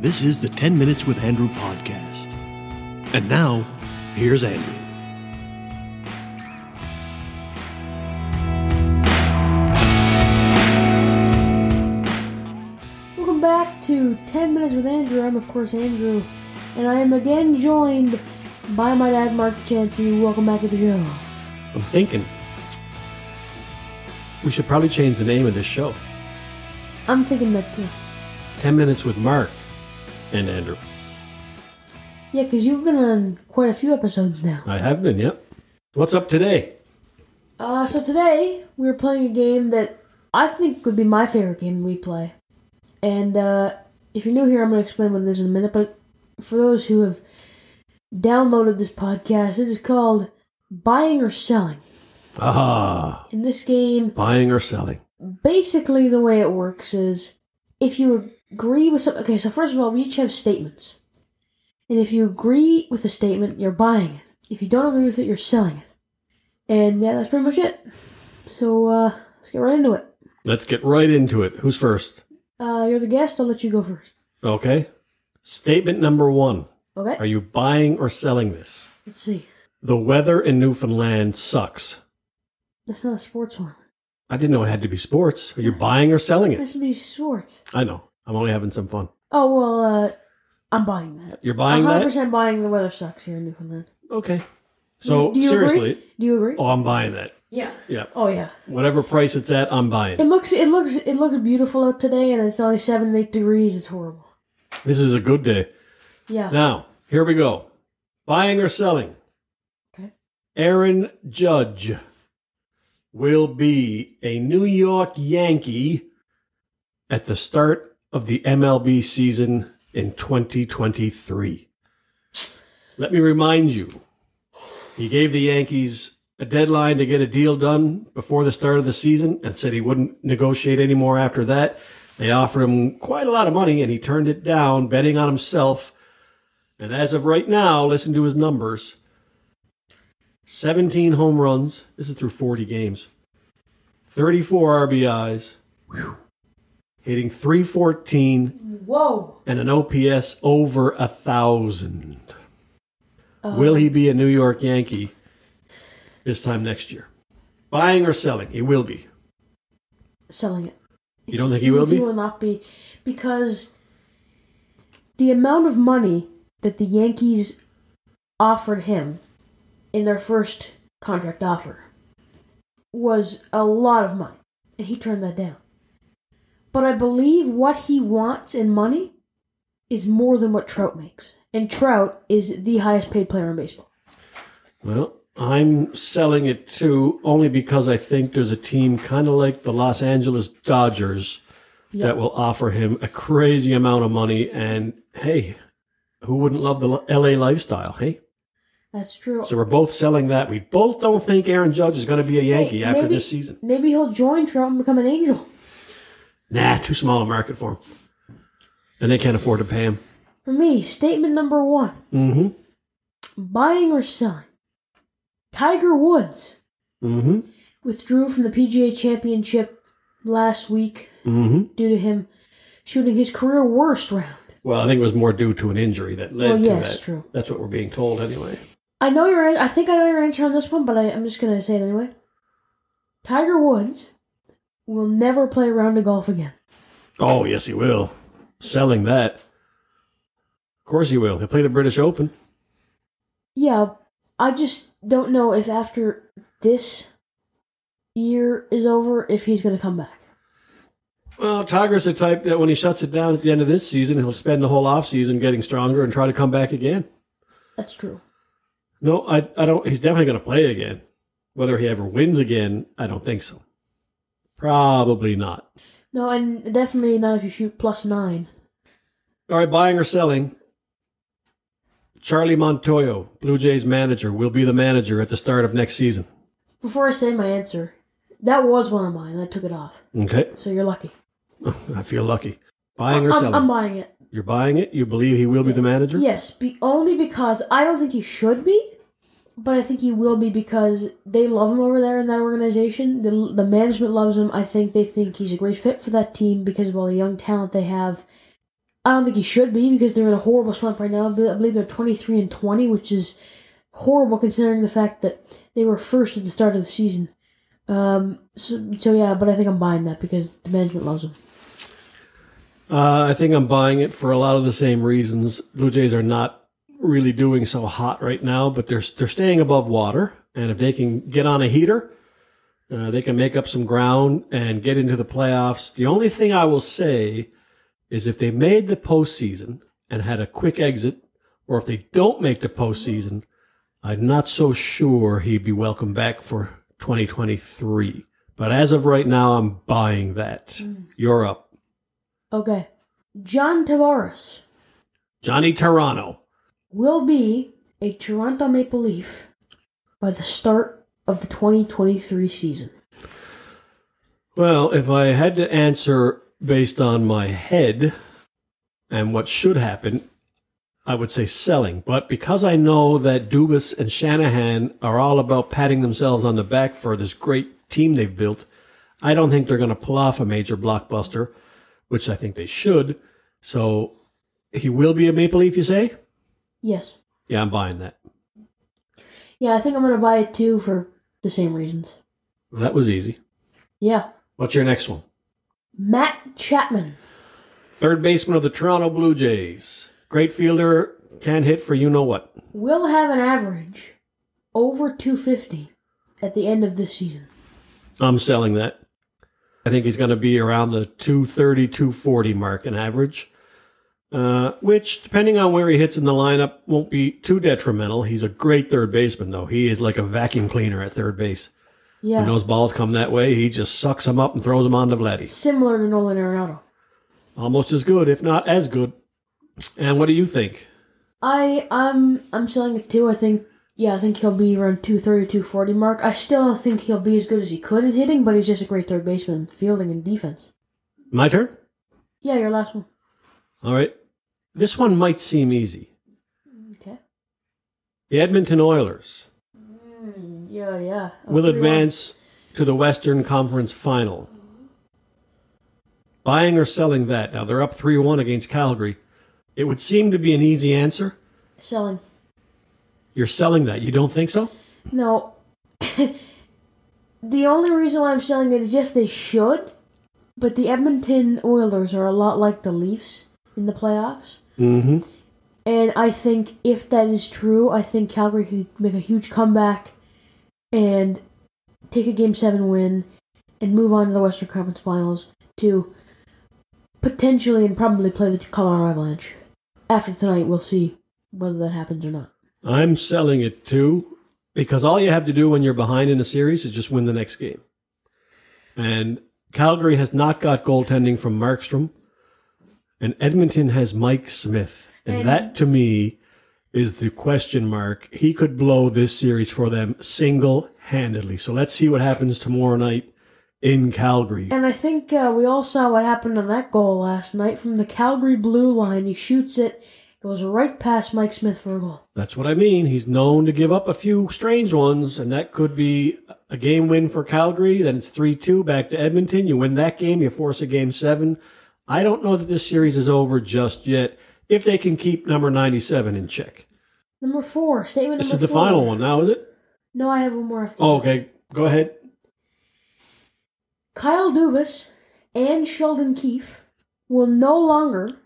This is the 10 Minutes with Andrew podcast. And now, here's Andrew. Welcome back to 10 Minutes with Andrew. I'm, of course, Andrew, and I am again joined by my dad, Mark Chansey. Welcome back to the show. I'm thinking we should probably change the name of this show. I'm thinking that uh, too. 10 minutes with Mark and Andrew. Yeah, because you've been on quite a few episodes now. I have been, yep. What's up today? Uh, so today, we were playing a game that I think would be my favorite game we play. And uh, if you're new here, I'm going to explain what it is in a minute. But for those who have downloaded this podcast, it is called Buying or Selling. Ah, In this game, buying or selling. basically the way it works is if you agree with something okay so first of all we each have statements and if you agree with a statement you're buying it if you don't agree with it you're selling it and yeah that's pretty much it so uh let's get right into it Let's get right into it. Who's first? uh you're the guest i'll let you go first Okay. Statement number one okay Are you buying or selling this? let's see The weather in Newfoundland sucks. that's not a sports one I didn't know it had to be sports. Are you buying or selling it it? has to be sports I know. I'm only having some fun. oh well uh i'm buying that You're buying 100% that? buying the weather sucks here in newfoundland Okay. So, Uh-huh. do you seriously. agree? do you agree Oh, I'm buying that. yeah Yeah. oh yeah Whatever price it's at, I'm buying. It looks it looks it looks beautiful out today, and it's only seven eight degrees. It's horrible. This is a good day. Yeah. Now, here we go. Buying or selling? Okay. Aaron Judge will be a New York Yankee at the start of the MLB season in 2023. Let me remind you, he gave the Yankees a deadline to get a deal done before the start of the season and said he wouldn't negotiate anymore after that. They offered him quite a lot of money and he turned it down, betting on himself. And as of right now, listen to his numbers 17 home runs. This is through 40 games. 34 RBIs. Hitting 314 Whoa. and an OPS over a 1,000. Oh. Will he be a New York Yankee this time next year? Buying or selling? He will be. Selling it. You don't think he will He be? will not be because the amount of money that the Yankees offered him in their first contract offer was a lot of money, and he turned that down. But I believe what he wants in money is more than what Trout makes, and Trout is the highest paid player in baseball. Well, I'm selling it too, only because I think there's a team kind of like the Los Angeles Dodgers Yeah. that will offer him a crazy amount of money. And hey, who wouldn't love the L- LA lifestyle? Hey, That's true. so we're both selling that. We both don't think Aaron Judge is going to be a Yankee Hey, after maybe- this season. Maybe he'll join Trout and become an angel. Nah, too small a market for him, and they can't afford to pay him. For me, statement number one Mm-hmm. buying or selling. Tiger Woods Mm-hmm. withdrew from the PGA Championship last week Mm-hmm. due to him shooting his career worst round. Well, I think it was more due to an injury that led Well, to yes, that. true. That's what we're being told anyway. I know your an- I think I know your answer on this one, but I, I'm just gonna say it anyway. Tiger Woods will never play a round of golf again. Oh, yes, he will. Selling that. Of course he will. He'll play the British Open. Yeah, I just don't know if after this year is over, if he's gonna come back. Well, Tiger's the type that when he shuts it down at the end of this season, he'll spend the whole offseason getting stronger and try to come back again. That's true. No, I, I don't. He's definitely going to play again. Whether he ever wins again, I don't think so. Probably not. No, and definitely not if you shoot plus nine. All right, buying or selling. Charlie Montoyo, Blue Jays manager, will be the manager at the start of next season. Before I say my answer, that was one of mine. I took it off. Okay, So you're lucky. I feel lucky. Buying or I'm- selling? I'm buying it. You're buying it. You believe he will be the manager. Yes, be, only because I don't think he should be, but I think he will be because they love him over there in that organization. The, the management loves him. I think they think he's a great fit for that team because of all the young talent they have. I don't think he should be because they're in a horrible slump right now. I believe they're 23 and 20, which is horrible considering the fact that they were first at the start of the season. Um, so, so yeah, but I think I'm buying that because the management loves him. Uh, I think I'm buying it for a lot of the same reasons. Blue Jays are not really doing so hot right now, but they're they're staying above water, and if they can get on a heater, uh, they can make up some ground and get into the playoffs. The only thing I will say is if they made the postseason and had a quick exit, or if they don't make the postseason, I'm not so sure he'd be welcome back for 2023. But as of right now, I'm buying that. You're up. Okay. John Tavares Johnny Toronto. will be a Toronto Maple Leaf by the start of the 2023 season. Well, if I had to answer based on my head and what should happen, I would say selling. But because I know that Dubas and Shanahan are all about patting themselves on the back for this great team they've built, I don't think they're going to pull off a major blockbuster, which I think they should. So he will be a Maple Leaf, you say? Yes. Yeah, I'm buying that. Yeah, I think I'm going to buy it too for the same reasons. That was easy. Yeah. What's your next one? Matt Chapman. Third baseman of the Toronto Blue Jays. Great fielder, can hit for you know what. will have an average over 250 at the end of this season. I'm selling that. I think he's going to be around the 230, 240 mark in average, uh, which, depending on where he hits in the lineup, won't be too detrimental. He's a great third baseman, though. He is like a vacuum cleaner at third base. Yeah, When those balls come that way, he just sucks them up and throws them onto Vladdy. similar to Nolan Arenado. Almost as good, if not as good. And what do you think? I I'm I'm selling it too. I think yeah, I think he'll be around 230, 240 mark. I still don't think he'll be as good as he could in hitting, but he's just a great third baseman, fielding and defense. My turn? Yeah, your last one. All right. This one might seem easy. Okay. The Edmonton Oilers Yeah, yeah. will advance to the Western Conference Final. Buying or selling that? Now they're up 3 1 against Calgary. It would seem to be an easy answer. Selling. You're selling that. You don't think so? No. the only reason why I'm selling it is yes, they should, but the Edmonton Oilers are a lot like the Leafs in the playoffs. Mm hmm. And I think if that is true, I think Calgary could make a huge comeback and take a Game 7 win and move on to the Western Conference Finals to potentially and probably play the Colorado Avalanche. After tonight, we'll see whether that happens or not. I'm selling it too, because all you have to do when you're behind in a series is just win the next game. And Calgary has not got goaltending from Markstrom, and Edmonton has Mike Smith. And, And- that to me is the question mark. He could blow this series for them single handedly. So let's see what happens tomorrow night in Calgary. And I think uh, we all saw what happened on that goal last night from the Calgary blue line. He shoots it, goes right past Mike Smith for a goal. That's what I mean. He's known to give up a few strange ones, and that could be a game win for Calgary. Then it's 3 2 back to Edmonton. You win that game, you force a game seven. I don't know that this series is over just yet if they can keep number 97 in check. Number four, statement This is number the final four. one now, is it? No, I have one more after. Oh, okay. Go ahead. Kyle Dubas and Sheldon Keefe will no longer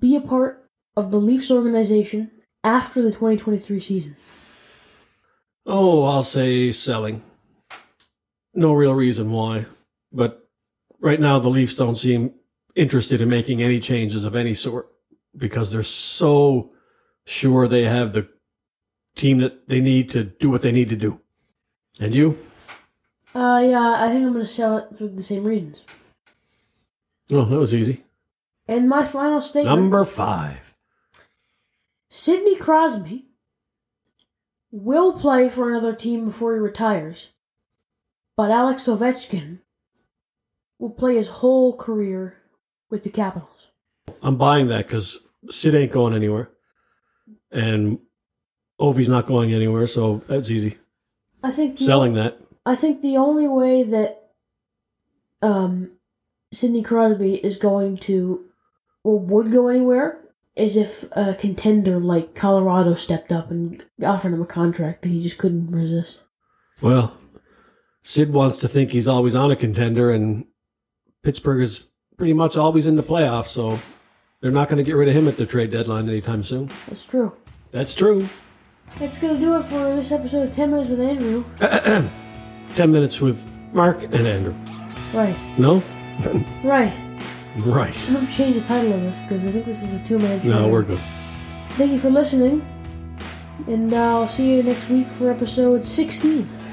be a part of the Leafs organization after the 2023 season. Oh, I'll say selling. No real reason why. But right now, the Leafs don't seem interested in making any changes of any sort because they're so sure they have the team that they need to do what they need to do. And you? Uh, yeah, I think I'm going to sell it for the same reasons. Oh, that was easy. And my final statement Number five. Sidney Crosby will play for another team before he retires, but Alex Ovechkin will play his whole career with the Capitals. I'm buying that because Sid ain't going anywhere. And Ovi's not going anywhere, so that's easy. I think the- Selling that. I think the only way that um, Sidney Crosby is going to or would go anywhere is if a contender like Colorado stepped up and offered him a contract that he just couldn't resist. Well, Sid wants to think he's always on a contender, and Pittsburgh is pretty much always in the playoffs, so they're not going to get rid of him at the trade deadline anytime soon. That's true. That's true. That's gonna do it for this episode of Ten Minutes with Andrew. 10 minutes with Mark and Andrew. Right, No? right. Right. I'm gonna change the title of this because I think this is a two-man show. No, we're good. Thank you for listening, and I'll see you next week for episode 16.